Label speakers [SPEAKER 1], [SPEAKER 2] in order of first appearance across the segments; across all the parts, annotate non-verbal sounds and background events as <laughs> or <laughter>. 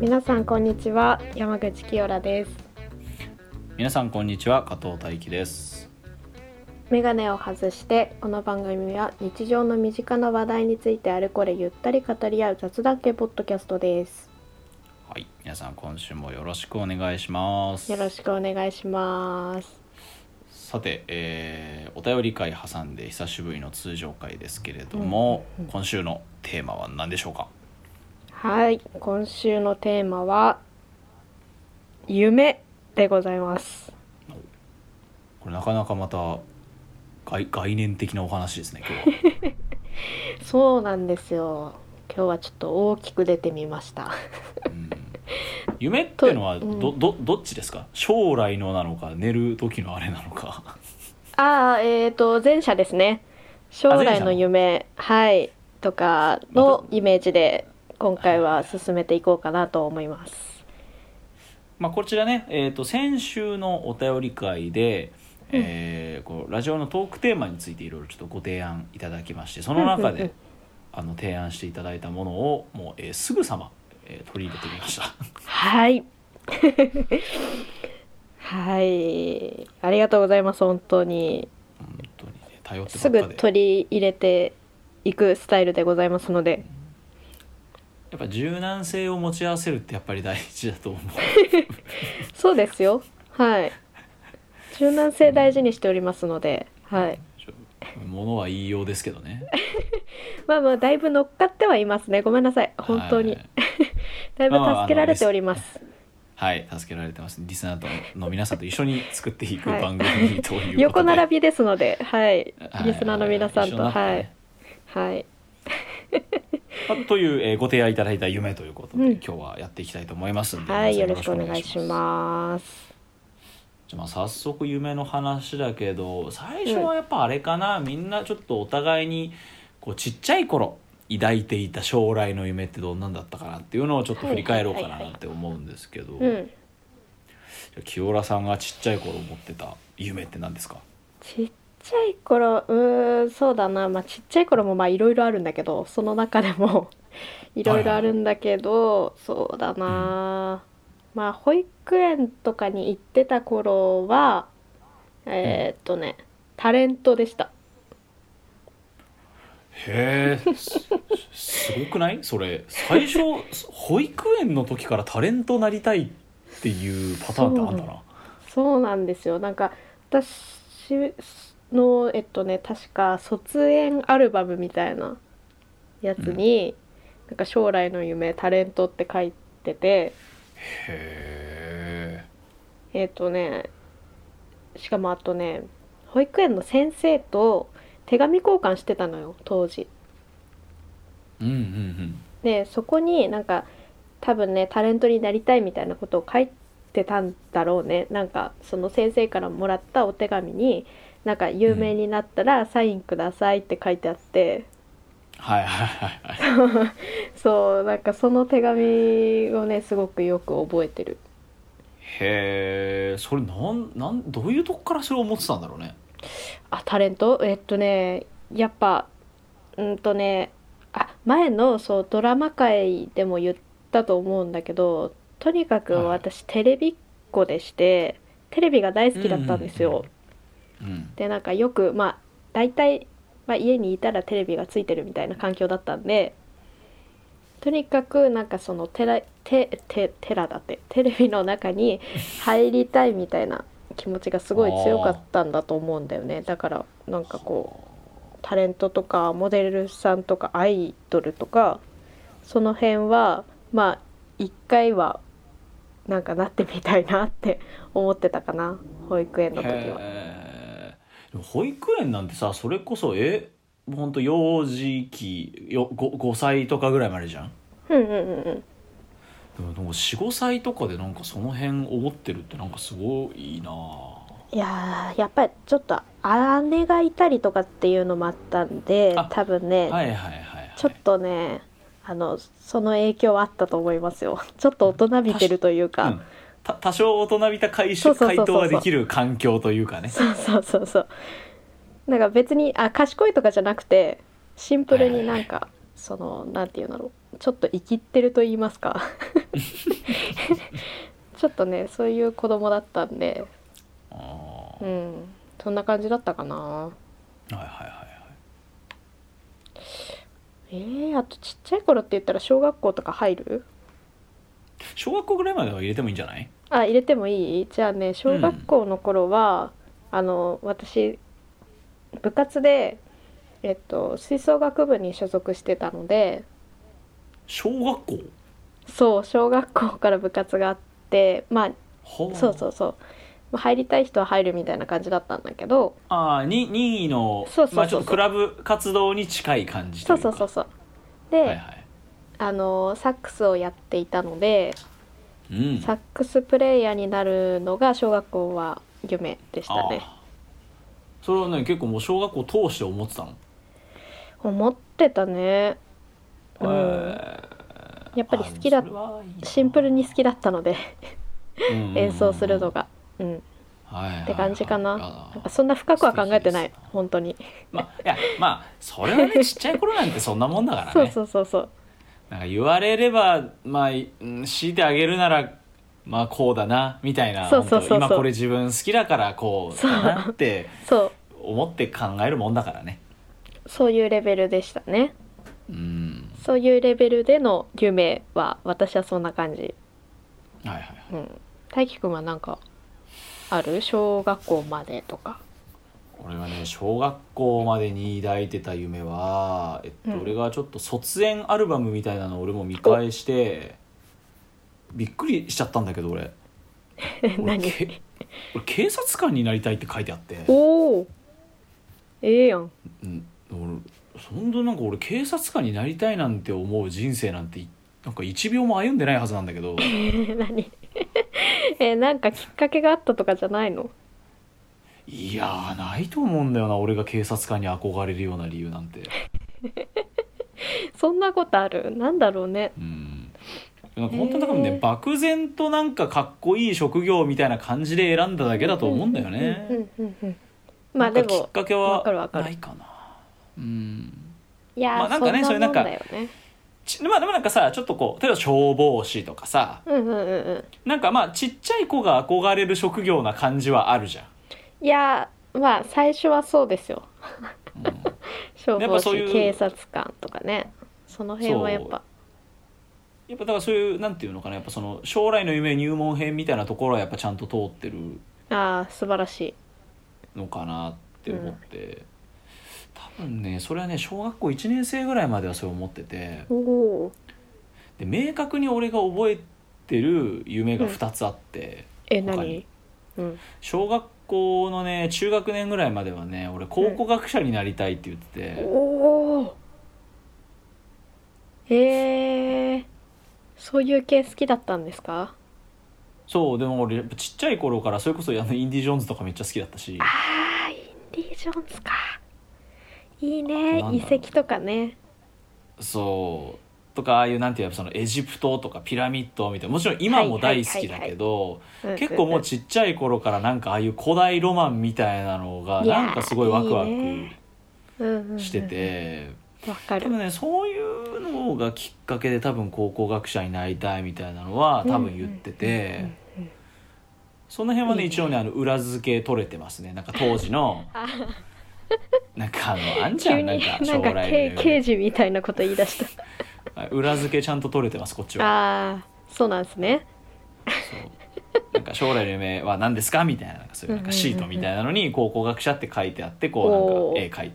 [SPEAKER 1] 皆さんこんにちは山口清良です
[SPEAKER 2] 皆さんこんにちは加藤大輝です
[SPEAKER 1] メガネを外してこの番組は日常の身近な話題についてあれこれゆったり語り合う雑談系ポッドキャストです
[SPEAKER 2] はい皆さん今週もよろしくお願いします
[SPEAKER 1] よろしくお願いします
[SPEAKER 2] さて、えーお便り会挟んで久しぶりの通常会ですけれども、
[SPEAKER 1] うんうん
[SPEAKER 2] 今週のテーマは何でしょうか
[SPEAKER 1] はい今週のテーマは夢でございます
[SPEAKER 2] これなかなかまた概概念的なお話ですね今日は
[SPEAKER 1] そうなんですよ今日はちょっと大きく出てみました <laughs>
[SPEAKER 2] うん夢っていうの
[SPEAKER 1] と
[SPEAKER 2] はど,、
[SPEAKER 1] うん
[SPEAKER 2] どどっちですか将来のなのか寝る時のあれなのか
[SPEAKER 1] ああ、えっ、と、前者ですね。将来の夢、はい、とかのイメージで、今回は進めていこうかなと思います。
[SPEAKER 2] まあこちらね、えー、と先週のお便り会で、えーこうラジオのトークテーマについていろいろちょっとご提案いただきましてその中
[SPEAKER 1] うんうんうん
[SPEAKER 2] であの提案していただいたものをもう、えーすぐさま、えー取り入れてみました <laughs>
[SPEAKER 1] はい。 <laughs> はい。ありがとうございます、本当に。
[SPEAKER 2] 本当に、ね、頼って
[SPEAKER 1] す
[SPEAKER 2] ばっか
[SPEAKER 1] ぐ
[SPEAKER 2] で
[SPEAKER 1] 取り入れていくスタイルでございますので。
[SPEAKER 2] やっぱ柔軟性を持ち合わせるってやっぱり大事だと思う <laughs>
[SPEAKER 1] そうですよ。はい。柔軟性大事にしておりますので、はい。
[SPEAKER 2] ちょものは言いようですけどね
[SPEAKER 1] まあまあ、だいぶ乗っかってはいますね。ごめんなさい、本当に
[SPEAKER 2] は。い
[SPEAKER 1] だいぶ助けられております。
[SPEAKER 2] はい、助けられてますリスナーとの皆さんと一緒に作っていく
[SPEAKER 1] はい
[SPEAKER 2] 番組ということ
[SPEAKER 1] <laughs>
[SPEAKER 2] で、
[SPEAKER 1] 横並びですので、はい
[SPEAKER 2] は、い
[SPEAKER 1] リスナーの皆さん
[SPEAKER 2] 一緒
[SPEAKER 1] と、
[SPEAKER 2] になってね
[SPEAKER 1] はい、はい、
[SPEAKER 2] まあという、えーご提案いただいた夢ということで、
[SPEAKER 1] うん
[SPEAKER 2] 今日はやっていきたいと思いますんで、
[SPEAKER 1] はい、よ
[SPEAKER 2] 皆さん
[SPEAKER 1] ろしくお願いし
[SPEAKER 2] す
[SPEAKER 1] ます。
[SPEAKER 2] じゃあまあ早速夢の話だけど最初はやっぱあれかな、みんなちょっとお互いにこうちっちゃい頃抱いていた将来の夢ってどんなんだったかなっていうのをちょっと振り返ろうかなって思うんですけど、
[SPEAKER 1] うん、
[SPEAKER 2] じゃあ清良さんがちっちゃい頃持ってた夢って何ですか
[SPEAKER 1] ちっちゃい頃、うーん、そうだな、まあ、ちっちゃい頃もまあいろいろあるんだけど、その中でもいろいろあるんだけど、そうだな、まあ保育園とかに行ってた頃は、えーっとね、タレントでした。
[SPEAKER 2] へえす <laughs> すごくないそれ最初保育園の時からタレントなりたいっていうパターンってあんだな。
[SPEAKER 1] そうなんですよ。なんか私のえっとね確か卒園アルバムみたいなやつに、なんか将来の夢タレントって書いてて
[SPEAKER 2] へ
[SPEAKER 1] えっとねしかもあとね保育園の先生と手紙交換してたのよ当時。
[SPEAKER 2] え。うんうんうん。
[SPEAKER 1] でそこになんか多分ねタレントになりたいみたいなことを書いてたんだろうねなんかその先生からもらったお手紙になんか有名になったらサインくださいって書いてあって、
[SPEAKER 2] はいはいはいはい。
[SPEAKER 1] そうなんかその手紙をねすごくよく覚えてる
[SPEAKER 2] へえ。それなんなんどういうとこからそれを思ってたんだろうね。
[SPEAKER 1] あタレントえっとねやっぱうんとねあ前のそうドラマ界でも言ったと思うんだけどとにかく
[SPEAKER 2] はい
[SPEAKER 1] 私テレビっ子でしてテレビが大好きだったんですよ、
[SPEAKER 2] うんうんうん。
[SPEAKER 1] でなんかよくまあ大体、まあ、家にいたらテレビがついてるみたいな環境だったんでとにかくなんかそのテラテテテラだってテレビの中に入りたいみたいな気持ちがすごい強かったんだと思うんだよねだからなんかこうタレントとかモデルさんとかアイドルとかその辺はまあ一回はなんかなってみたいなって思ってたかな保育園の時は。
[SPEAKER 2] へえ。でも保育園なんてさそれこそえ本当幼児期よ五五歳とかぐらいまでじゃん。
[SPEAKER 1] うんうんうんうん
[SPEAKER 2] でもでも四五歳とかでなんかその辺思ってるってなんかすごいな。
[SPEAKER 1] いやーやっぱりちょっと姉がいたりとかっていうのもあったんで
[SPEAKER 2] あ
[SPEAKER 1] 多分ね、
[SPEAKER 2] はいはいはいはい。
[SPEAKER 1] ちょっとねあのその影響はあったと思いますよ <laughs> ちょっと大人びてるという
[SPEAKER 2] う
[SPEAKER 1] か、
[SPEAKER 2] んた多少大人びた回
[SPEAKER 1] そう
[SPEAKER 2] 収
[SPEAKER 1] そうそう
[SPEAKER 2] 回
[SPEAKER 1] そう
[SPEAKER 2] 答ができる環境というかね
[SPEAKER 1] そうそうそうそうなんか別にあ賢いとかじゃなくてシンプルになんか、そのなんていうんだろうちょっと生きってると言います
[SPEAKER 2] <laughs>
[SPEAKER 1] か <laughs> ちょっとねそういう子供だったんで
[SPEAKER 2] ああ、
[SPEAKER 1] う
[SPEAKER 2] はい
[SPEAKER 1] んそんな感じだったかな
[SPEAKER 2] はいはいはい
[SPEAKER 1] えー、あとちっちゃい頃って言ったら小学校とか入る
[SPEAKER 2] 小学校ぐらいまでは入れてもいいんじゃない
[SPEAKER 1] あ入れてもいいじゃあね小学校の頃は、あの私部活でえっと吹奏楽部に所属してたので
[SPEAKER 2] 小学校
[SPEAKER 1] そう小学校から部活があってまあ
[SPEAKER 2] はあ
[SPEAKER 1] そうそうそうまあ入りたい人は入るみたいな感じだったんだけど
[SPEAKER 2] ああに任意の
[SPEAKER 1] そうそうそうそう
[SPEAKER 2] まあちょっとクラブ活動に近い感じと
[SPEAKER 1] そ
[SPEAKER 2] いうか
[SPEAKER 1] そうそうそうで、
[SPEAKER 2] はいはい
[SPEAKER 1] あのサックスをやっていたので
[SPEAKER 2] うん
[SPEAKER 1] サックスプレイヤーになるのが小学校は夢でしたね
[SPEAKER 2] ああそれはね結構もう小学校通して思ってたの、
[SPEAKER 1] 思ってたねうん
[SPEAKER 2] へえ
[SPEAKER 1] やっぱり好きだ
[SPEAKER 2] あでもそれはいいな
[SPEAKER 1] シンプルに好きだったので
[SPEAKER 2] うんうんうん
[SPEAKER 1] 演奏するのがうん
[SPEAKER 2] はいはいはい
[SPEAKER 1] って感じかな
[SPEAKER 2] あ
[SPEAKER 1] なんかそんな深くは考えてな
[SPEAKER 2] 素
[SPEAKER 1] い
[SPEAKER 2] 敵です
[SPEAKER 1] 本当に
[SPEAKER 2] まあいやまあそれはねちっちゃい頃なんてそんなもんだからね
[SPEAKER 1] <laughs> そうそうそうそう
[SPEAKER 2] なんか言われればまあうん強いてあげるならまあこうだなみたいな
[SPEAKER 1] そうそうそうそう
[SPEAKER 2] 本当今これ自分好きだからこうだなって
[SPEAKER 1] そう
[SPEAKER 2] 思って考えるもんだからね
[SPEAKER 1] そういうレベルでしたね
[SPEAKER 2] うん
[SPEAKER 1] そういうレベルでの夢は私はそんな感じ
[SPEAKER 2] はいはいはい
[SPEAKER 1] うん大輝くんはなんかある小学校までと
[SPEAKER 2] <laughs>
[SPEAKER 1] か
[SPEAKER 2] 俺はね小学校までに抱いてた夢は、えっと
[SPEAKER 1] うん
[SPEAKER 2] 俺がちょっと卒園アルバムみたいなのを俺も見返してびっくりしちゃったんだけど俺俺
[SPEAKER 1] 何
[SPEAKER 2] け俺警察官になりたいって書いてあって、
[SPEAKER 1] <laughs> おおええやん <laughs>
[SPEAKER 2] うん、俺そんななんか俺警察官になりたいなんて思う人生なんていなんか1秒も歩んでないはずなんだけどい
[SPEAKER 1] え何 <laughs> えなんかきっかけがあったとかじゃないの
[SPEAKER 2] やーないと思うんだよな俺が警察官に憧れるような理由なんて。
[SPEAKER 1] そんなことあるなんだろうね
[SPEAKER 2] うんなんか本当だから
[SPEAKER 1] へ
[SPEAKER 2] ね
[SPEAKER 1] ー
[SPEAKER 2] 漠然となんかかっこいい職業みたいな感じで選んだだけだと思うんだよ
[SPEAKER 1] うんう
[SPEAKER 2] ね。
[SPEAKER 1] んうんうんまあで
[SPEAKER 2] なんかきっ
[SPEAKER 1] も
[SPEAKER 2] かけ
[SPEAKER 1] わ
[SPEAKER 2] は
[SPEAKER 1] かるわかる
[SPEAKER 2] ないかな。うん
[SPEAKER 1] いやー、
[SPEAKER 2] まあなんかね
[SPEAKER 1] そんなもん
[SPEAKER 2] それなんか
[SPEAKER 1] だよね
[SPEAKER 2] ちまあでもなんかさちょっとこう例えば消防士とかさ
[SPEAKER 1] うんうんうんうん
[SPEAKER 2] なんかまあちっちゃい子が憧れる職業な感じはあるじゃん。
[SPEAKER 1] いやーまあ最初はそうですよ
[SPEAKER 2] うん
[SPEAKER 1] 消
[SPEAKER 2] や
[SPEAKER 1] 防
[SPEAKER 2] っぱ
[SPEAKER 1] 士
[SPEAKER 2] そういう
[SPEAKER 1] 警察官とかねその辺はやっぱ
[SPEAKER 2] やっぱだからそういうなんていうのかなやっぱその将来の夢入門編みたいなところはやっぱちゃんと通ってる
[SPEAKER 1] ああ素晴らしい
[SPEAKER 2] のかなって思って、多分ねそれはね小学校1年生ぐらいまではそれ思ってて
[SPEAKER 1] おお
[SPEAKER 2] で明確に俺が覚えてる夢が2つあって、
[SPEAKER 1] え
[SPEAKER 2] 他
[SPEAKER 1] 何
[SPEAKER 2] に
[SPEAKER 1] うん
[SPEAKER 2] 小学校のね中学年ぐらいまではね俺考古学者になりたいって言ってて、
[SPEAKER 1] おおへえそういう系好きだったんですか
[SPEAKER 2] そうでも俺やっぱちっちゃい頃からそれこそあのインディ・ジョーンズとかめっちゃ好きだったし
[SPEAKER 1] あーインディ・ジョーンズかいいね
[SPEAKER 2] あとなん
[SPEAKER 1] 遺
[SPEAKER 2] だろう
[SPEAKER 1] 跡とかね
[SPEAKER 2] そうとかああいうなんていうのそのエジプトとかピラミッドみたいなもちろん今も大好きだけど
[SPEAKER 1] うん
[SPEAKER 2] 結構も
[SPEAKER 1] う
[SPEAKER 2] うちっちゃい頃からなんかああいう古代ロマンみたいなのが
[SPEAKER 1] いやー
[SPEAKER 2] なんかすごいワクワ
[SPEAKER 1] いいね
[SPEAKER 2] ク
[SPEAKER 1] んうん
[SPEAKER 2] して
[SPEAKER 1] うん
[SPEAKER 2] て
[SPEAKER 1] うんわか
[SPEAKER 2] 多
[SPEAKER 1] る
[SPEAKER 2] 分ねそういうのがきっかけで多分高校学者になりたいみたいなのは多分言ってて
[SPEAKER 1] うんうん
[SPEAKER 2] その辺はね
[SPEAKER 1] いいね
[SPEAKER 2] 一応ねあの裏付け取れてますねなんか当時のなんかあのあんちゃ
[SPEAKER 1] 急
[SPEAKER 2] んなん
[SPEAKER 1] に
[SPEAKER 2] か
[SPEAKER 1] な
[SPEAKER 2] 将
[SPEAKER 1] んか
[SPEAKER 2] 来の
[SPEAKER 1] 刑
[SPEAKER 2] 夢
[SPEAKER 1] 刑事みたいなこと言い出
[SPEAKER 2] <laughs>
[SPEAKER 1] した
[SPEAKER 2] はい裏付けちゃんと取れてますこっちは。
[SPEAKER 1] ああそうなんですね
[SPEAKER 2] そうなんか将来の夢は何ですかみたいななんかそういうなんかシートみたいなのに考古学者って書いてあってこうなんか絵描い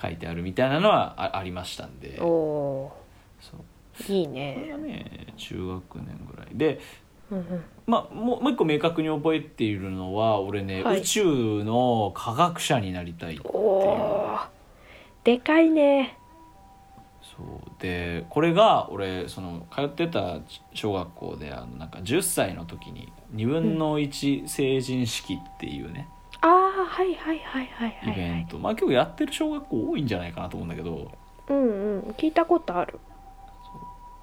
[SPEAKER 2] 書いてあるみたいなのはあありましたんで
[SPEAKER 1] おお
[SPEAKER 2] そう
[SPEAKER 1] ーいい
[SPEAKER 2] これ
[SPEAKER 1] ね
[SPEAKER 2] がね中学年ぐらいで、
[SPEAKER 1] うんうん
[SPEAKER 2] まあ、もうもう一個明確に覚えているのは俺ね、
[SPEAKER 1] はい
[SPEAKER 2] 宇宙の科学者になりたいっていう
[SPEAKER 1] おおーでかいね
[SPEAKER 2] そうでこれが俺その通ってた小学校であのなんか10歳の時に2分の1成人式っていうね、
[SPEAKER 1] ああはいはいはいはい
[SPEAKER 2] イ
[SPEAKER 1] はいは
[SPEAKER 2] ベン
[SPEAKER 1] い
[SPEAKER 2] ト、まあ今日やってる小学校多いんじゃないかなと思うんだけど
[SPEAKER 1] うんうん聞いたことある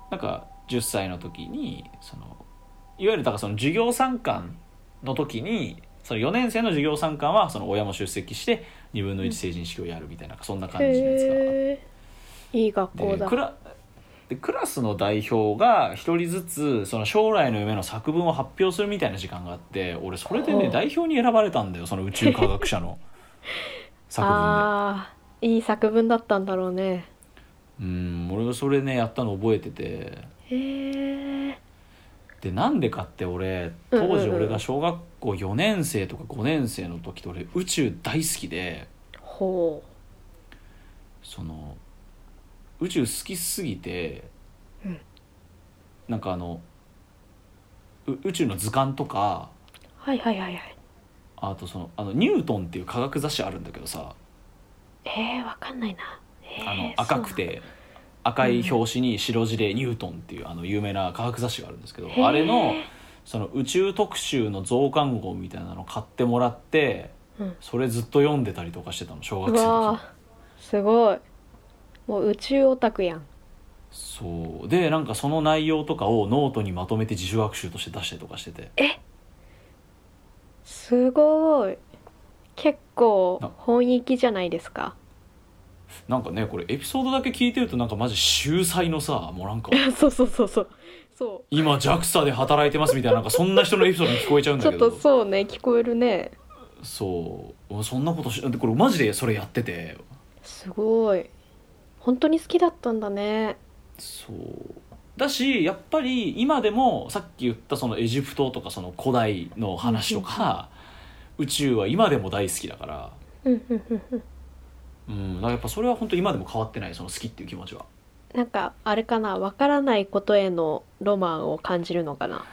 [SPEAKER 2] なんか10歳の時にそのいわゆるだからその授業参観の時にその4年生の授業参観はその親も出席して2分の1成人式をやるみたいな、そんな感じのやつがあって
[SPEAKER 1] へえいい学校
[SPEAKER 2] で
[SPEAKER 1] だ
[SPEAKER 2] クラでクラスの代表が一人ずつその将来の夢の作文を発表するみたいな時間があって俺それで
[SPEAKER 1] ほ
[SPEAKER 2] ね
[SPEAKER 1] う
[SPEAKER 2] 代表に選ばれたんだよその宇宙科学
[SPEAKER 1] <laughs>
[SPEAKER 2] 者の作文
[SPEAKER 1] あーいい作文だったんだろうね
[SPEAKER 2] でうん俺がそれねやったの覚えてて
[SPEAKER 1] へえ
[SPEAKER 2] でなんでかって俺
[SPEAKER 1] うんうんうん
[SPEAKER 2] 当時俺が小学校4年生とか5年生の時と俺宇宙大好きで
[SPEAKER 1] ほ
[SPEAKER 2] その宇宙好きすぎて、
[SPEAKER 1] うん
[SPEAKER 2] なんかあのう宇宙の図鑑とか
[SPEAKER 1] うはいはいはいはい
[SPEAKER 2] あとそのあのニュートンっていう科学雑誌あるんだけどさ
[SPEAKER 1] えー、わかんないな、えー
[SPEAKER 2] あの赤くて赤い表紙に白地でニュートンっていうあの有名な科学雑誌があるんですけど
[SPEAKER 1] そうな
[SPEAKER 2] あれの
[SPEAKER 1] へー
[SPEAKER 2] その宇宙特集の増刊号みたいなの買ってもらって
[SPEAKER 1] うん
[SPEAKER 2] それずっと読んでたりとかしてたの
[SPEAKER 1] う
[SPEAKER 2] 小学生の
[SPEAKER 1] わ
[SPEAKER 2] 時
[SPEAKER 1] あすごいもう宇宙オタクやん
[SPEAKER 2] そうでなんかその内容とかをノートにまとめて自主学習として出したりとかしてて
[SPEAKER 1] すごい結構
[SPEAKER 2] な
[SPEAKER 1] 本意気じゃないですか <laughs>
[SPEAKER 2] なんかねこれエピソードだけ聞いてるとなんかマジ秀才のさ
[SPEAKER 1] <laughs>
[SPEAKER 2] もうなんか
[SPEAKER 1] そうそうそうそうそ
[SPEAKER 2] 今 JAXA で働いてますみたいななんかそんな人のエピソードに聞こえちゃうん
[SPEAKER 1] うち
[SPEAKER 2] だ
[SPEAKER 1] ょ
[SPEAKER 2] け
[SPEAKER 1] っ
[SPEAKER 2] ど
[SPEAKER 1] とそうね聞こえるね
[SPEAKER 2] そう俺そんなことしだってこれマジでそれやってて
[SPEAKER 1] すごい本当に好きだったんだね
[SPEAKER 2] そうだしやっぱり今でもさっき言ったそのエジプトとかその古代の話とか宇宙は今でも大好きだから
[SPEAKER 1] うんうんうんうん
[SPEAKER 2] うんだからやっぱそれは本当今でも変わってないその好きっていう気持ちは
[SPEAKER 1] なんかあれかなわからないことへのロマンを感じるのかな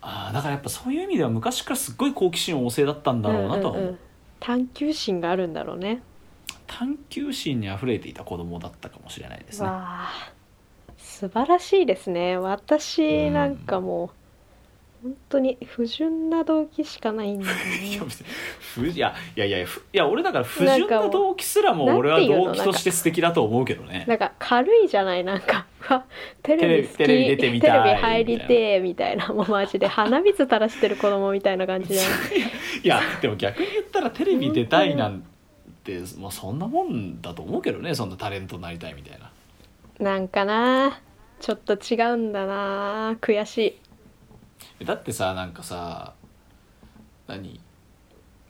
[SPEAKER 2] あーだからやっぱそういう意味では昔からすっごい好奇心旺盛だったんだろうなとは思う,、
[SPEAKER 1] んんん探求心があるんだろうね
[SPEAKER 2] 探求心にあふれていた子供だったかもしれないですね
[SPEAKER 1] わあ素晴らしいですね私なんかもう、本当に不純な動機しかないんだよ
[SPEAKER 2] <laughs> い
[SPEAKER 1] ね
[SPEAKER 2] や別にふいやいやいやふいや俺だから不純
[SPEAKER 1] なんかも
[SPEAKER 2] な
[SPEAKER 1] う
[SPEAKER 2] 動機すらも
[SPEAKER 1] なんて
[SPEAKER 2] 俺は
[SPEAKER 1] いうの
[SPEAKER 2] 動機として素敵だと思うけどね
[SPEAKER 1] なんか軽いじゃないなんか <laughs> うわテレビ好き
[SPEAKER 2] テレビテレビ出てみたい
[SPEAKER 1] テレビ入りてえみたいなもうマジで鼻水垂らしてる子供みたいな感じじゃない
[SPEAKER 2] <laughs> いやでも逆に言ったらテレビ出たいなんて、まあ、そんなもんだと思うけどねそんなタレントになりたいみたいな
[SPEAKER 1] なんかなちょっと違うんだな悔しい
[SPEAKER 2] だってさなんかさ何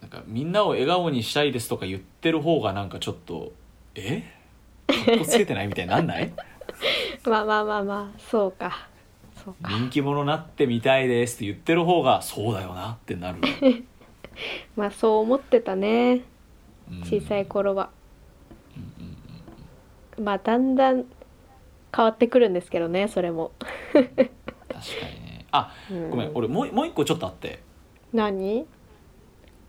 [SPEAKER 2] なんかみんなを笑顔にしたいですとか言ってる方がなんかちょっとえかっこつけてないみたいになん
[SPEAKER 1] <laughs>
[SPEAKER 2] ない
[SPEAKER 1] まあまあまあまあそうかそうか
[SPEAKER 2] 人気者になってみたいですって言ってる方がそうだよなってなる、
[SPEAKER 1] まあそう思ってたね
[SPEAKER 2] うん
[SPEAKER 1] <laughs> 小さい頃は、まあだんだん変わってくるんですけどねそれも、
[SPEAKER 2] 確かにねあ
[SPEAKER 1] うん
[SPEAKER 2] ごめん俺もうもう一個ちょっとあって
[SPEAKER 1] 何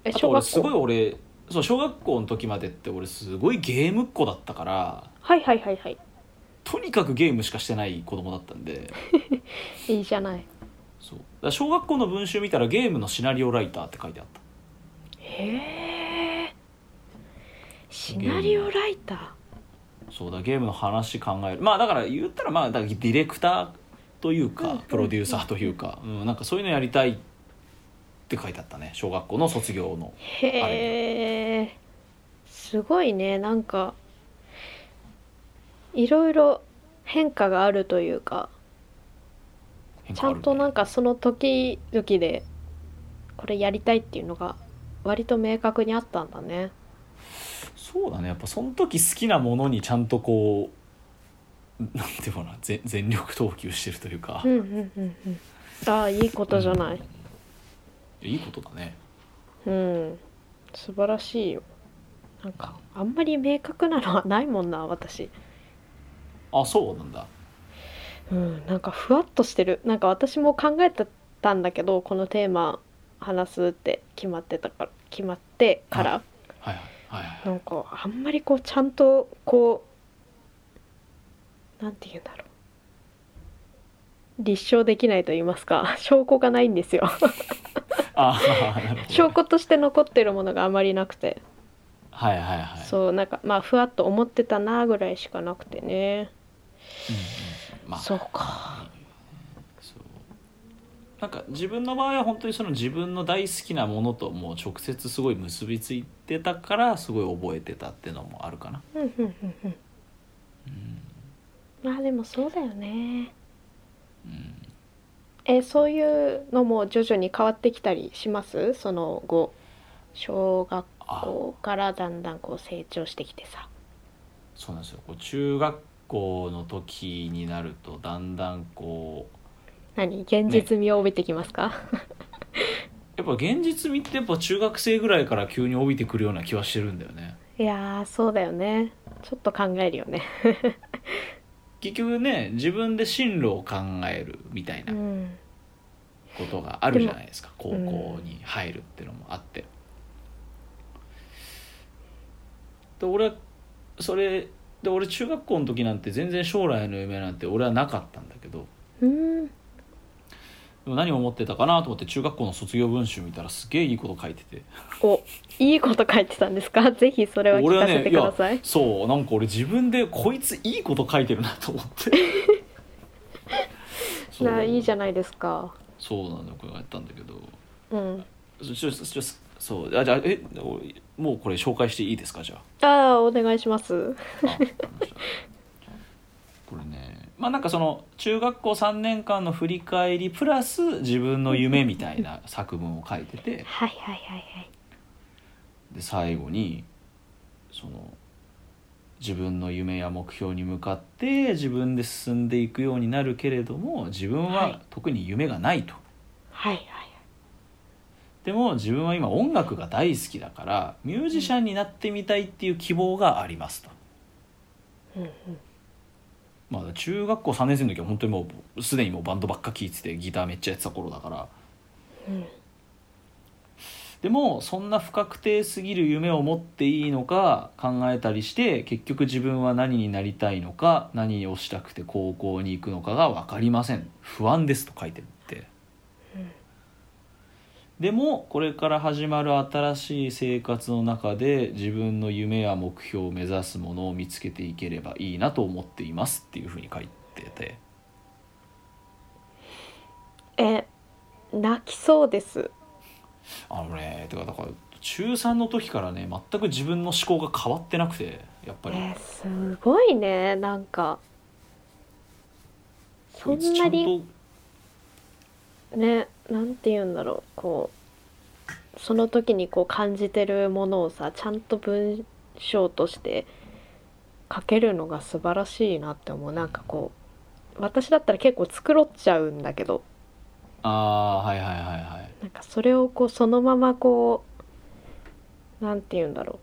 [SPEAKER 1] え
[SPEAKER 2] あと
[SPEAKER 1] 小
[SPEAKER 2] 俺
[SPEAKER 1] 学
[SPEAKER 2] すごい
[SPEAKER 1] 校
[SPEAKER 2] 俺そう小学校の時までって俺すごいゲームっ子だったから
[SPEAKER 1] はいはいはいはい
[SPEAKER 2] とにかくゲームしかしてない子供だったんで
[SPEAKER 1] いいじゃない
[SPEAKER 2] そうだから小学校の文集見たらゲームのシナリオライターって書いてあった
[SPEAKER 1] へえシナリオライター
[SPEAKER 2] そうだゲームの話考えるまあだから言ったらまあだからディレクターとい
[SPEAKER 1] う
[SPEAKER 2] う
[SPEAKER 1] んうん
[SPEAKER 2] かプロデューサーというか、うん、なんかそういうのやりたいって書いてあったね小学校の卒業のあ
[SPEAKER 1] へえすごいねなんかいろいろ変化があるというか
[SPEAKER 2] 変
[SPEAKER 1] ち
[SPEAKER 2] 化
[SPEAKER 1] ゃ
[SPEAKER 2] ある
[SPEAKER 1] んとなん
[SPEAKER 2] か
[SPEAKER 1] かその時々でこれやりたいっていうのが割と明確にあったんだね。
[SPEAKER 2] そうだねやっぱその時好きなものにちゃんとこうなんていうのかな全全力投球してるというか、
[SPEAKER 1] うんうんうんうん。ああいいことじゃない。
[SPEAKER 2] いいことだね
[SPEAKER 1] うん素晴らしいよ。なんかあんまり明確なのはないもんな私。
[SPEAKER 2] あそうなんだ
[SPEAKER 1] うんなんかふわっとしてる。なんか私も考えてたんだけどこのテーマ話すって決まってたから決まってから
[SPEAKER 2] はいはいはいはい
[SPEAKER 1] なんかあんまりこうちゃんとこうなんて言うんだろう立証できないと言いますか <laughs> 証拠がないんですよ
[SPEAKER 2] ああなるほど
[SPEAKER 1] 証拠として残ってるものがあまりなくて、
[SPEAKER 2] はいはいはい
[SPEAKER 1] そうなんかまあふわっと思ってたなぐらいしかなくてね、
[SPEAKER 2] うんうんまあ
[SPEAKER 1] そうか
[SPEAKER 2] そうなんか自分の場合は本当にその自分の大好きなものともう直接すごい結びついてたからすごい覚えてたっていうのもあるかな
[SPEAKER 1] うんうんうんうんまあでもそうだよね
[SPEAKER 2] うん
[SPEAKER 1] えそういうのも徐々に変わってきたりしますその後小学校からだんだんこう成長してきてさ
[SPEAKER 2] そうなんですよこう中学校の時になるとだんだんこう
[SPEAKER 1] 何現実味を帯びてきますか、
[SPEAKER 2] やっぱ現実味ってやっぱ中学生ぐらいから急に帯びてくるような気はしてるんだよね
[SPEAKER 1] いやーそうだよねちょっと考えるよね
[SPEAKER 2] 結局ね自分で進路を考えるみたいうなこ
[SPEAKER 1] ん
[SPEAKER 2] とがあるじゃないですか、
[SPEAKER 1] も
[SPEAKER 2] 高校に入るっていうのもあって、で俺はそれで俺中学校の時なんて全然将来の夢なんて俺はなかったんだけど
[SPEAKER 1] うん
[SPEAKER 2] でも何を思ってたかなと思って中学校の卒業文集見たらすげえいいこと書いてて
[SPEAKER 1] おいいこと書いてたんですか <laughs> ぜひそれは
[SPEAKER 2] 俺
[SPEAKER 1] 聞
[SPEAKER 2] は
[SPEAKER 1] かせ
[SPEAKER 2] ね
[SPEAKER 1] て
[SPEAKER 2] い
[SPEAKER 1] くだ
[SPEAKER 2] や
[SPEAKER 1] さい
[SPEAKER 2] そうなんか俺自分でこいついいこと書いてるなと思って
[SPEAKER 1] <laughs>
[SPEAKER 2] そう
[SPEAKER 1] ないいじゃないですか
[SPEAKER 2] そうなんだよこれやったんだけど
[SPEAKER 1] うん
[SPEAKER 2] そちょちょちょそうあじゃあえおもうこれ紹介していいですかじゃあ
[SPEAKER 1] ああお願いします
[SPEAKER 2] あわかりましたこれねまあなんかその中学校3年間の振り返りプラス自分の夢みたいな作文を書いてて
[SPEAKER 1] はいはいはいはい
[SPEAKER 2] で最後にその自分の夢や目標に向かって自分で進んでいくようになるけれども自分
[SPEAKER 1] はい
[SPEAKER 2] は特に夢がないと、
[SPEAKER 1] はいはい
[SPEAKER 2] でも自分は今音楽が大好きだからミュージシャンになってみたいっていう希望がありますと、
[SPEAKER 1] うんうん
[SPEAKER 2] まあ、中学校3年生の時は本当にもうすでにもうバンドばっか聴いててギターめっちゃやってた頃だから
[SPEAKER 1] うん
[SPEAKER 2] でもそんな不確定すぎる夢を持っていいのか考えたりして結局自分は何になりたいのか何をしたくて高校に行くのかが分かりません不安ですと書いてるって、
[SPEAKER 1] うん
[SPEAKER 2] でもこれから始まる新しい生活の中で自分の夢や目標を目指すものを見つけていければいいなと思っていますっていうふうに書いてて
[SPEAKER 1] え泣きそうです
[SPEAKER 2] あのねてかだから中3の時からね全く自分の思考が変わってなくてやっぱり。
[SPEAKER 1] えーすごいねなんかそんなに
[SPEAKER 2] こいつちゃんと
[SPEAKER 1] ねなんて言うんだろうこうその時にこう感じてるものをさちゃんと文章として書けるのが素晴らしいなって思うなんかこう私だったら結構繕っちゃうんだけど
[SPEAKER 2] ああーはいはいはいはい
[SPEAKER 1] なんかそれをこうそのままこうなんて言うんだろ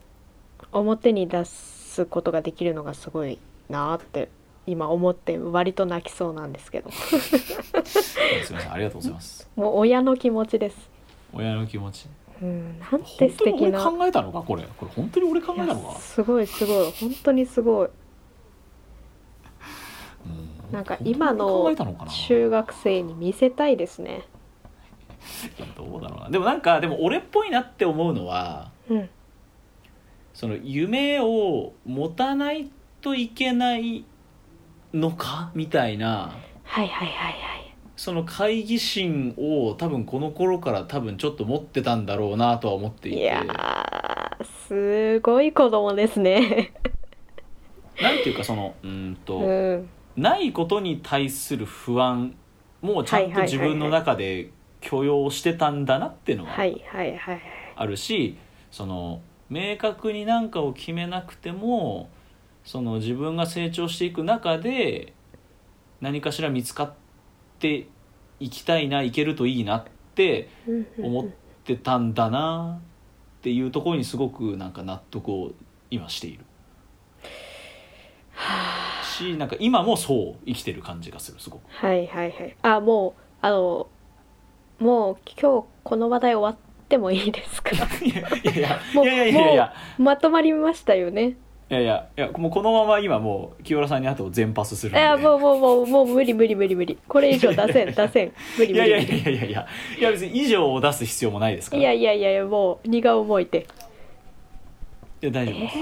[SPEAKER 1] う表に出すことができるのがすごいなって今思って割と泣きそうなんですけど
[SPEAKER 2] すみませんありがとうございます
[SPEAKER 1] もう親の気持ちです。
[SPEAKER 2] 親の気持ち
[SPEAKER 1] うん、なんて
[SPEAKER 2] 本
[SPEAKER 1] 素
[SPEAKER 2] 当に
[SPEAKER 1] 敵
[SPEAKER 2] 俺
[SPEAKER 1] な。
[SPEAKER 2] 考えたのかこれこれ本当に俺考
[SPEAKER 1] い
[SPEAKER 2] えた
[SPEAKER 1] や
[SPEAKER 2] のか
[SPEAKER 1] すごいすごい本当にすごい
[SPEAKER 2] うん
[SPEAKER 1] なんか
[SPEAKER 2] 本当に
[SPEAKER 1] 今
[SPEAKER 2] 俺
[SPEAKER 1] の
[SPEAKER 2] 考えたのかな
[SPEAKER 1] 中学生に見せたいですね
[SPEAKER 2] いやどうだろうなでもなんかでも俺っぽいなって思うのは
[SPEAKER 1] うん
[SPEAKER 2] その夢を持たないといけないのかみたいな
[SPEAKER 1] はいはいはいはい
[SPEAKER 2] その懐疑心を多分この頃から多分ちょっと持ってたんだろうなとは思っていて
[SPEAKER 1] いやーすごい子供ですね
[SPEAKER 2] なんていうかそのうーんと、
[SPEAKER 1] うん
[SPEAKER 2] ないことに対する不安もちゃんと自分の中で許容してたんだなっていうの
[SPEAKER 1] は
[SPEAKER 2] はい
[SPEAKER 1] はいはい
[SPEAKER 2] あるしその明確に何かを決めなくてもその自分が成長していく中で何かしら見つかっていきたいないけるといいなって
[SPEAKER 1] うんうんう
[SPEAKER 2] 思っ
[SPEAKER 1] ん
[SPEAKER 2] てたんだなっていうところにすごくなんか納得を今している
[SPEAKER 1] は
[SPEAKER 2] しなんか今もそう生きてる感じがするすごく。
[SPEAKER 1] あはいはいはいあもうあのもう今日この話題終わってもいいですか <laughs>
[SPEAKER 2] <laughs> いやいや
[SPEAKER 1] もう
[SPEAKER 2] いやいやいやいや
[SPEAKER 1] まとまりましたよね
[SPEAKER 2] いやいやいやもうこのまま今もう清原さんにあと全パスするん
[SPEAKER 1] い
[SPEAKER 2] で
[SPEAKER 1] やもうもうもうもう無理無理無理無理これ以上出せん出せん無理
[SPEAKER 2] い
[SPEAKER 1] 無
[SPEAKER 2] や
[SPEAKER 1] 理
[SPEAKER 2] いや
[SPEAKER 1] 無
[SPEAKER 2] い
[SPEAKER 1] 理
[SPEAKER 2] やいやいやいやいや別に以上を出す必要もないですから
[SPEAKER 1] いやいやいやいやもう荷が重いて
[SPEAKER 2] いや大丈夫です、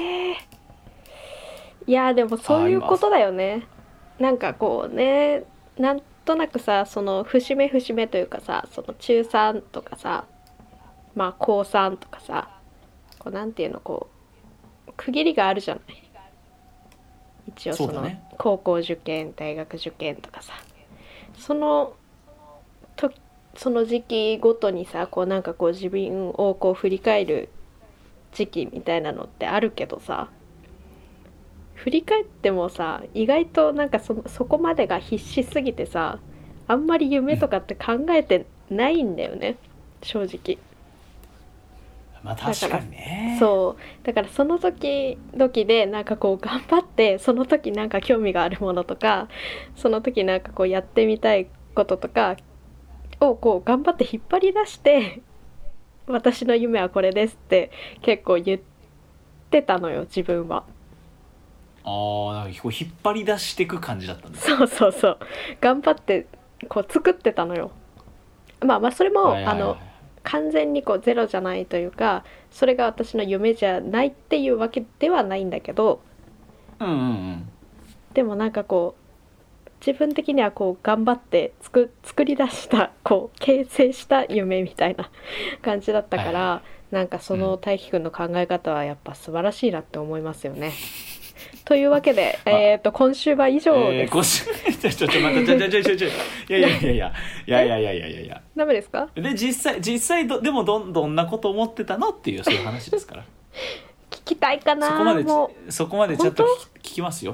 [SPEAKER 1] いやでもそういうことだよねなんかこうねなんとなくさその節目節目というかさその中3とかさまあ高3とかさこうなんていうのこう区切りがあるじゃない一応そ
[SPEAKER 2] そうだ
[SPEAKER 1] の
[SPEAKER 2] ね
[SPEAKER 1] 高校受験、大学受験とかさそのとその時期ごとにさこうなんかこう自分をこう振り返る時期みたいなのってあるけどさ振り返ってもさ意外となんかそそこまでが必死すぎてさあんまり夢とかって考えてないんだよね正直。
[SPEAKER 2] まあ確かにね
[SPEAKER 1] そうだからその時々でなんかこう頑張ってその時なんか興味があるものとかその時なんかこうやってみたいこととかをこう頑張って引っ張り出して「私の夢はこれです」って結構言ってたのよ自分は。
[SPEAKER 2] ああなんかこう引っ張り出していく感じだったんです
[SPEAKER 1] そうそうそう頑張ってこう作ってたのよ。まあまあそれも、あの完全にこうゼロじゃないというかそれが私の夢じゃないっていうわけではないんだけど
[SPEAKER 2] うんうんうん
[SPEAKER 1] でもなんかこう自分的にはこう頑張ってつく作り出したこう形成した夢みたいな感じだったから、
[SPEAKER 2] はいは
[SPEAKER 1] なんかそうの
[SPEAKER 2] ん
[SPEAKER 1] 大輝くんの考え方はやっぱ素晴らしいなって思いますよね。というわけで、
[SPEAKER 2] あ
[SPEAKER 1] えー、と今週は以上で
[SPEAKER 2] えー、
[SPEAKER 1] す。
[SPEAKER 2] ごしちょちょちょ待ってちょちょちょちょいやいやいやいやいやいやいやいやいやいや
[SPEAKER 1] ダメですか
[SPEAKER 2] で実際実際どでもどんどんなこと思ってたのっていうそういう話ですから
[SPEAKER 1] 聞きたいかな
[SPEAKER 2] そこまで
[SPEAKER 1] も
[SPEAKER 2] そこまでちゃんと
[SPEAKER 1] 本
[SPEAKER 2] 聞き聞きますよ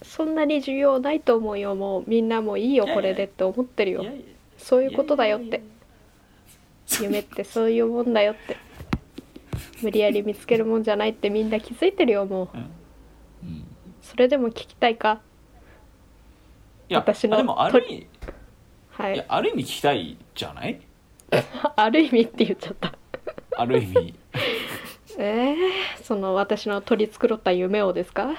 [SPEAKER 1] うそんなに需要ないと思うよもうみんなもういいよ
[SPEAKER 2] いやい
[SPEAKER 1] こ
[SPEAKER 2] や
[SPEAKER 1] れでって思ってる
[SPEAKER 2] い
[SPEAKER 1] よ
[SPEAKER 2] やいや
[SPEAKER 1] そういうことだよっ
[SPEAKER 2] いやい
[SPEAKER 1] て
[SPEAKER 2] やいや
[SPEAKER 1] 夢ってそういうもんだよって無理やり見つけるもんじゃないってみんな気づいてるよもう。
[SPEAKER 2] うんい
[SPEAKER 1] それでも聞きたいか
[SPEAKER 2] や
[SPEAKER 1] 私の
[SPEAKER 2] あでもある意味
[SPEAKER 1] はいい
[SPEAKER 2] やある意味聞きたいじゃない
[SPEAKER 1] ある意味って言っちゃった
[SPEAKER 2] ある意味、
[SPEAKER 1] えー、その私の取り繕った夢をですか
[SPEAKER 2] うん、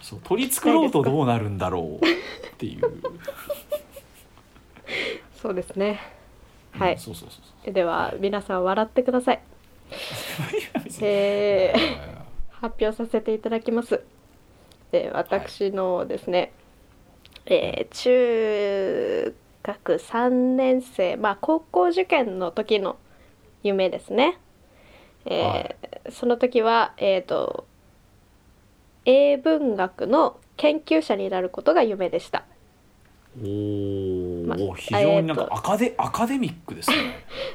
[SPEAKER 2] そう取り繕うとどうなるんだろうっていう
[SPEAKER 1] そうですねは
[SPEAKER 2] うん
[SPEAKER 1] い
[SPEAKER 2] そうそうそう
[SPEAKER 1] では皆さん笑ってください
[SPEAKER 2] そう
[SPEAKER 1] えー、
[SPEAKER 2] ー
[SPEAKER 1] 発表させていただきます、えー私のですね、えー中学3年生まあ高校受験の時の夢ですね、えー
[SPEAKER 2] はい
[SPEAKER 1] その時はえっ、と英文学の研究者になることが夢でした
[SPEAKER 2] おお、
[SPEAKER 1] ま
[SPEAKER 2] 非常になんかアカデ、アカデミックですね。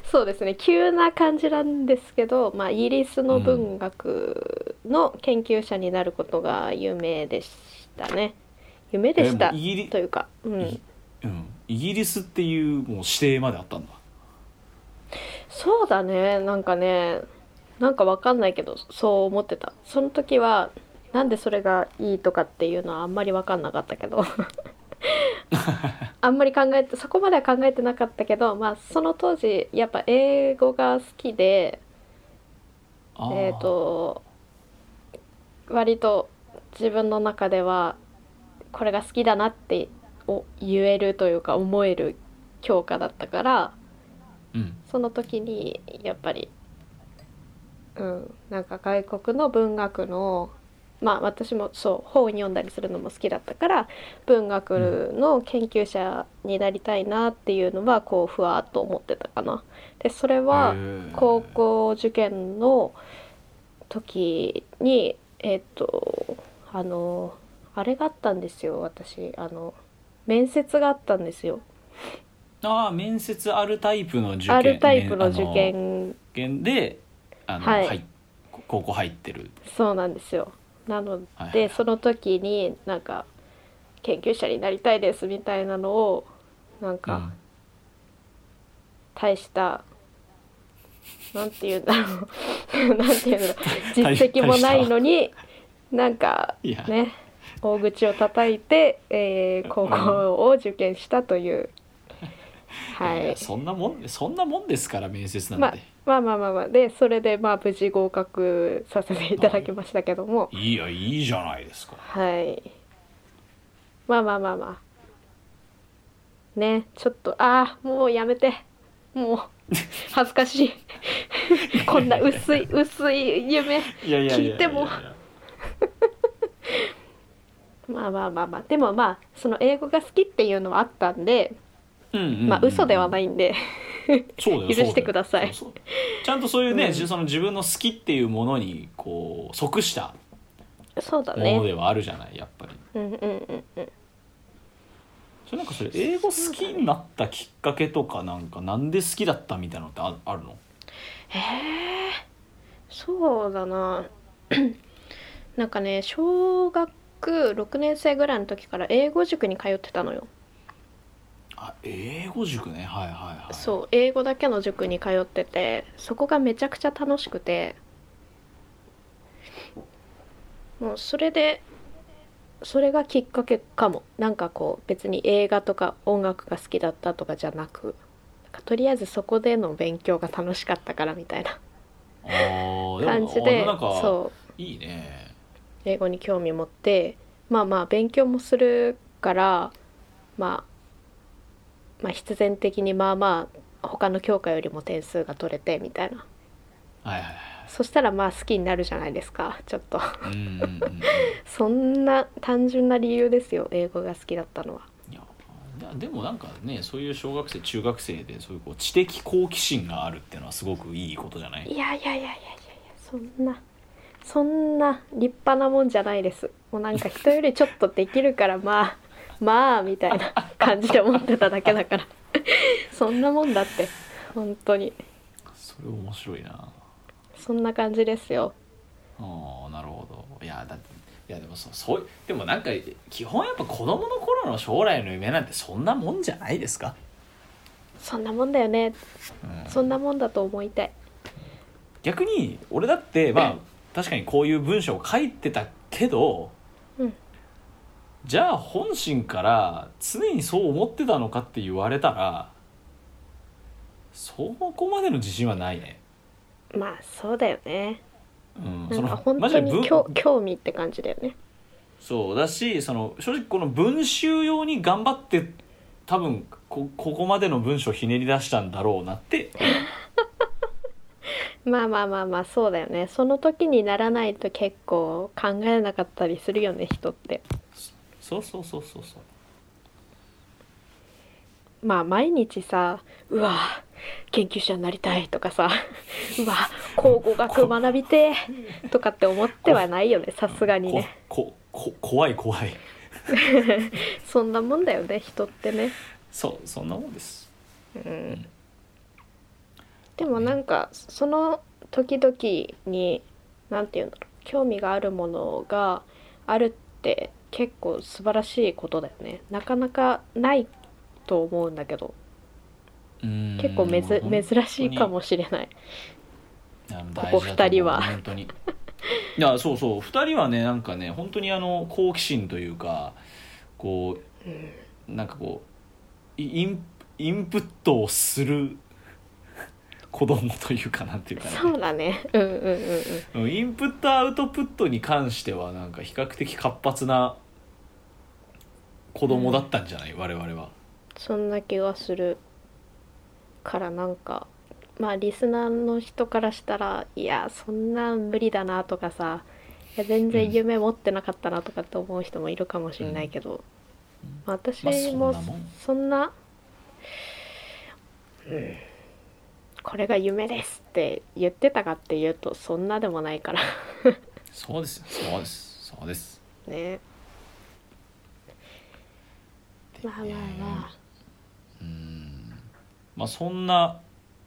[SPEAKER 1] そうですね急な感じなんですけど、まあ、イギリスの文学の研究者になることが夢でしたね夢でした
[SPEAKER 2] えもうイギリ
[SPEAKER 1] というか、うん
[SPEAKER 2] い、うん、イギリスっていうもう指定まであったんだ。
[SPEAKER 1] そうだねなんかねなんかわかんないけどそう思ってたその時はなんでそれがいいとかっていうのはあんまりわかんなかったけ
[SPEAKER 2] <laughs>
[SPEAKER 1] どあんまり考えてそこまでは考えてなかったけどまあその当時やっぱ英語が好きで
[SPEAKER 2] あー
[SPEAKER 1] えー、と割と自分の中ではこれが好きだなってお言えるというか思える教科だったから
[SPEAKER 2] うん、
[SPEAKER 1] その時にやっぱり、うん、なんか外国の文学のまあ私もそう本読んだりするのも好きだったから文学の研究者になりたいなっていうのはこうふわっと思ってたかな。でそれは、
[SPEAKER 2] へー
[SPEAKER 1] 高校受験の時にえっ、とあのあれがあったんですよ私あの面接があったんですよ
[SPEAKER 2] ああ、面接あるタイプの受験。
[SPEAKER 1] あるタイプの受
[SPEAKER 2] ね。
[SPEAKER 1] 験
[SPEAKER 2] あの受験で、あの、は
[SPEAKER 1] はい
[SPEAKER 2] い、高校入ってる。
[SPEAKER 1] そうなんですよなので、
[SPEAKER 2] はいはいはい
[SPEAKER 1] その時になんか研究者になりたいですみたいなのをなん
[SPEAKER 2] う
[SPEAKER 1] か、
[SPEAKER 2] ん、
[SPEAKER 1] 大したなんて言うんだろう <laughs> なんて言うんだろう実績もないのになんか
[SPEAKER 2] いや
[SPEAKER 1] ね大口を叩いて、えー高校を受験したという、はいい
[SPEAKER 2] や、そんなもん、そんなもんですから、面接なん
[SPEAKER 1] まあ
[SPEAKER 2] て。
[SPEAKER 1] まあまあまあまあでそれでまあ無事合格させていただきましたけども
[SPEAKER 2] いいや、いいじゃないですか。
[SPEAKER 1] はいまあまあまあまあねちょっとああもうやめて
[SPEAKER 2] <laughs>
[SPEAKER 1] もう恥ずかしいこんな薄い薄い夢
[SPEAKER 2] いやいやいやややや
[SPEAKER 1] 聞いてもまあまあまあまあでもまあその英語が好きっていうのはあったんで
[SPEAKER 2] うんうん、うん、。
[SPEAKER 1] まあ嘘ではないいんで
[SPEAKER 2] そうだよ
[SPEAKER 1] 許して
[SPEAKER 2] そうだよ
[SPEAKER 1] ください
[SPEAKER 2] そうそうちゃんとそういうね、
[SPEAKER 1] うん
[SPEAKER 2] じその自分の好きっていうものにこう即した
[SPEAKER 1] そうだ
[SPEAKER 2] もの
[SPEAKER 1] ね
[SPEAKER 2] ではあるじゃないやっぱり
[SPEAKER 1] うんうんうんうん
[SPEAKER 2] それなんかそれ英語好きになったきっかけとかなんかなんで好きだったみたいなのってああるの
[SPEAKER 1] へえそうだな <clears throat> なんかね小学6年生ぐらいの時から英語塾に通ってたのよ
[SPEAKER 2] あ英語塾ねはいはいはい
[SPEAKER 1] そう英語だけの塾に通っててそこがめちゃくちゃ楽しくてもうそれでそれがきっかけかもなんかこう別に映画とか音楽が好きだったとかじゃなくなんかとりあえずそこでの勉強が楽しかったからみたいな
[SPEAKER 2] あーで
[SPEAKER 1] 感
[SPEAKER 2] も
[SPEAKER 1] じ
[SPEAKER 2] あ
[SPEAKER 1] で
[SPEAKER 2] なんか
[SPEAKER 1] そう
[SPEAKER 2] いいね
[SPEAKER 1] 英語に興味持ってまあまあ勉強もするから、まあ、まあ必然的にまあまあ他の教科よりも点数が取れてみたいな
[SPEAKER 2] はいはいは
[SPEAKER 1] そしたらまあ好きになるじゃないですかちょっと
[SPEAKER 2] いうんうんうんうん
[SPEAKER 1] そんな単純な理由ですよ英語が好きだったのは。
[SPEAKER 2] いやででもなんかねそういう小学生中学生でそういうこう知的好奇心があるっていうのはすごくいいことじゃない
[SPEAKER 1] いやいやいやいやいやいやそんなそんな立派なもんじゃないですもうなんか人よりちょっとできるからまあまあみたいな感じで思ってただけだからそんなもんだって本当に
[SPEAKER 2] それ面白いな
[SPEAKER 1] そんな感じですよ
[SPEAKER 2] ああなるほどいやだっていやでもそうそういでもなんか基本やっぱ子供の頃の将来の夢なんてそんなもんじゃないですか、
[SPEAKER 1] そんなもんだよね
[SPEAKER 2] うん
[SPEAKER 1] そんなもんだと思いたい
[SPEAKER 2] 逆に俺だってまあ確かにこういう文章を書いてたけど、
[SPEAKER 1] うん
[SPEAKER 2] じゃあ本心から常にそう思ってたのかって言われたらそこまでの自信はないね。
[SPEAKER 1] まあそうだよね
[SPEAKER 2] うん、
[SPEAKER 1] な
[SPEAKER 2] そ
[SPEAKER 1] んか
[SPEAKER 2] の
[SPEAKER 1] 本
[SPEAKER 2] マジ
[SPEAKER 1] 当
[SPEAKER 2] で
[SPEAKER 1] に
[SPEAKER 2] 文
[SPEAKER 1] 興興味って感じだよね
[SPEAKER 2] そうだしその正直この文集用に頑張って多分こここまでの文章をひねり出したんだろうなって
[SPEAKER 1] まあまあまあまあそうだよねその時にならないと結構考えなかったりするよね人って
[SPEAKER 2] そうそうそうそうそう
[SPEAKER 1] まあ毎日さうわ研究者になりたいとかさ <laughs> うわ考古学学びてえとかって思ってはないよねさすがにね
[SPEAKER 2] こここ怖い怖い
[SPEAKER 1] そんなもんだよね人ってね
[SPEAKER 2] そうそんなもんです
[SPEAKER 1] うんでもなんかその時々に何て言うんだろう興味があるものがあるって結構素晴らしいことだよねなかなかないと思うんだけど
[SPEAKER 2] うん
[SPEAKER 1] 結構めず
[SPEAKER 2] 本当に
[SPEAKER 1] 珍しいかもしれない
[SPEAKER 2] あの
[SPEAKER 1] ここ
[SPEAKER 2] 大事だと思う
[SPEAKER 1] 二人は
[SPEAKER 2] 本当にいやそうそう2人はねなんかね本当にあの好奇心というかこ
[SPEAKER 1] うん
[SPEAKER 2] うなんかこうイインインプットをする子供というかなんていうかね
[SPEAKER 1] そうだねうんうんうんうん
[SPEAKER 2] うんインプットアウトプットに関してはなんか比較的活発な子供だったんじゃない、我々は
[SPEAKER 1] そんな気がするからなんかまあリスナーの人からしたらいやそんなん無理だなとかさいや全
[SPEAKER 2] うん
[SPEAKER 1] 然夢持ってなかったなとかって思う人もいるかもしれないけど、まあ私
[SPEAKER 2] まあそんなも
[SPEAKER 1] も
[SPEAKER 2] ん
[SPEAKER 1] そんな、うんこれが夢ですって言ってたかっていうとそんなでもないから
[SPEAKER 2] そうですよそうですそうです
[SPEAKER 1] ねまあまあまあ
[SPEAKER 2] うんまあそんな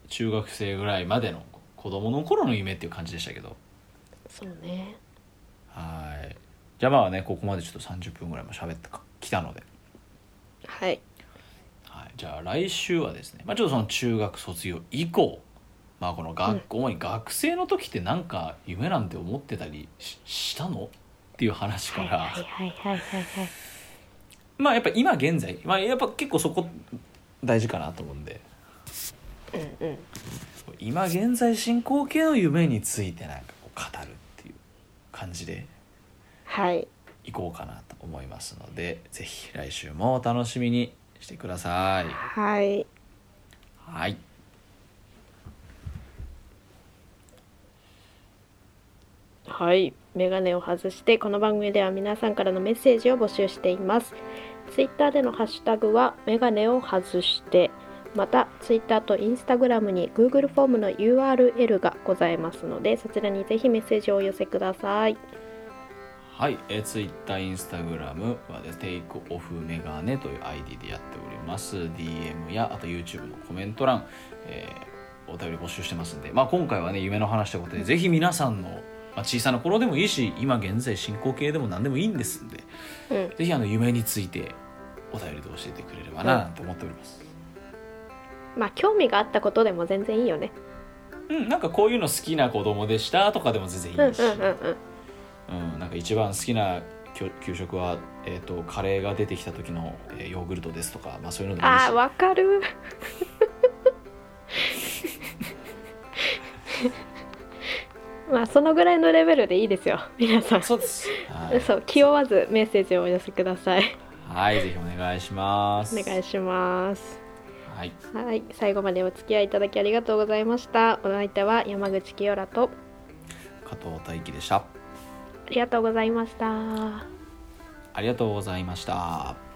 [SPEAKER 2] 中学生ぐらいまでの子供の頃の夢っていう感じでしたけど
[SPEAKER 1] そうね
[SPEAKER 2] はいじゃあまあねここまでちょっと30分ぐらいも喋ってきたので、
[SPEAKER 1] はい
[SPEAKER 2] はい、じゃあ来週はですね、まあ、ちょっとその中学卒業以降まあこの学校、主に学生の時ってなんか夢なんて思ってたりししたのっていう話か
[SPEAKER 1] はい
[SPEAKER 2] ら、
[SPEAKER 1] はいはいはいはいはい
[SPEAKER 2] まあやっぱ今現在、まあ、やっぱ結構そこ大事かなと思うんで
[SPEAKER 1] うんうん
[SPEAKER 2] 今現在進行形の夢についてなんかこう語るっていう感じで
[SPEAKER 1] はい
[SPEAKER 2] いこうかなと思いますのでぜひ来週もお楽しみにしてください。
[SPEAKER 1] はい
[SPEAKER 2] はい
[SPEAKER 1] はい、メガネを外してこの番組では皆さんからのメッセージを募集しています。ツイッターでのハッシュタグはメガネを外して、またツイッターとインスタグラムに Google フォームの URL がございますので、そちらにぜひメッセージをお寄せください。
[SPEAKER 2] はい、えー、Twitter、Instagram はですね、Take Off メガネという ID でやっております。DM や、あと YouTube のコメント欄、えーお便り募集してますんで、まあ、今回はね、夢の話ということで、ぜひ皆さんの、まあ、小さな頃でもいいし、今現在進行形でも何でもいいんですんで、
[SPEAKER 1] うん
[SPEAKER 2] ぜひあの夢についてお便りで教えてくれればななんて思っております。
[SPEAKER 1] まあ興味があったことでも全然いいよね
[SPEAKER 2] うん、なんかこういうの好きな子供でしたとかでも全
[SPEAKER 1] うん
[SPEAKER 2] 然
[SPEAKER 1] う
[SPEAKER 2] い
[SPEAKER 1] ん
[SPEAKER 2] いし、
[SPEAKER 1] うんうん
[SPEAKER 2] うん、なんか一番好きなきょ給食は、えー、とカレーが出てきた時の、えーヨーグルトですとか、まあ、そういうのでもいいし
[SPEAKER 1] あーわかる <laughs> まあそのぐらいのレベルでいいですよ皆さん
[SPEAKER 2] そうです、は
[SPEAKER 1] そう気負わずメッセージをお寄せください
[SPEAKER 2] い、はい、ぜひお願いします
[SPEAKER 1] お願いします
[SPEAKER 2] はい、
[SPEAKER 1] はい最後までお付き合いいただきありがとうございましたお相手は山口清良と
[SPEAKER 2] 加藤大輝でした
[SPEAKER 1] ありがとうございました
[SPEAKER 2] ありがとうございました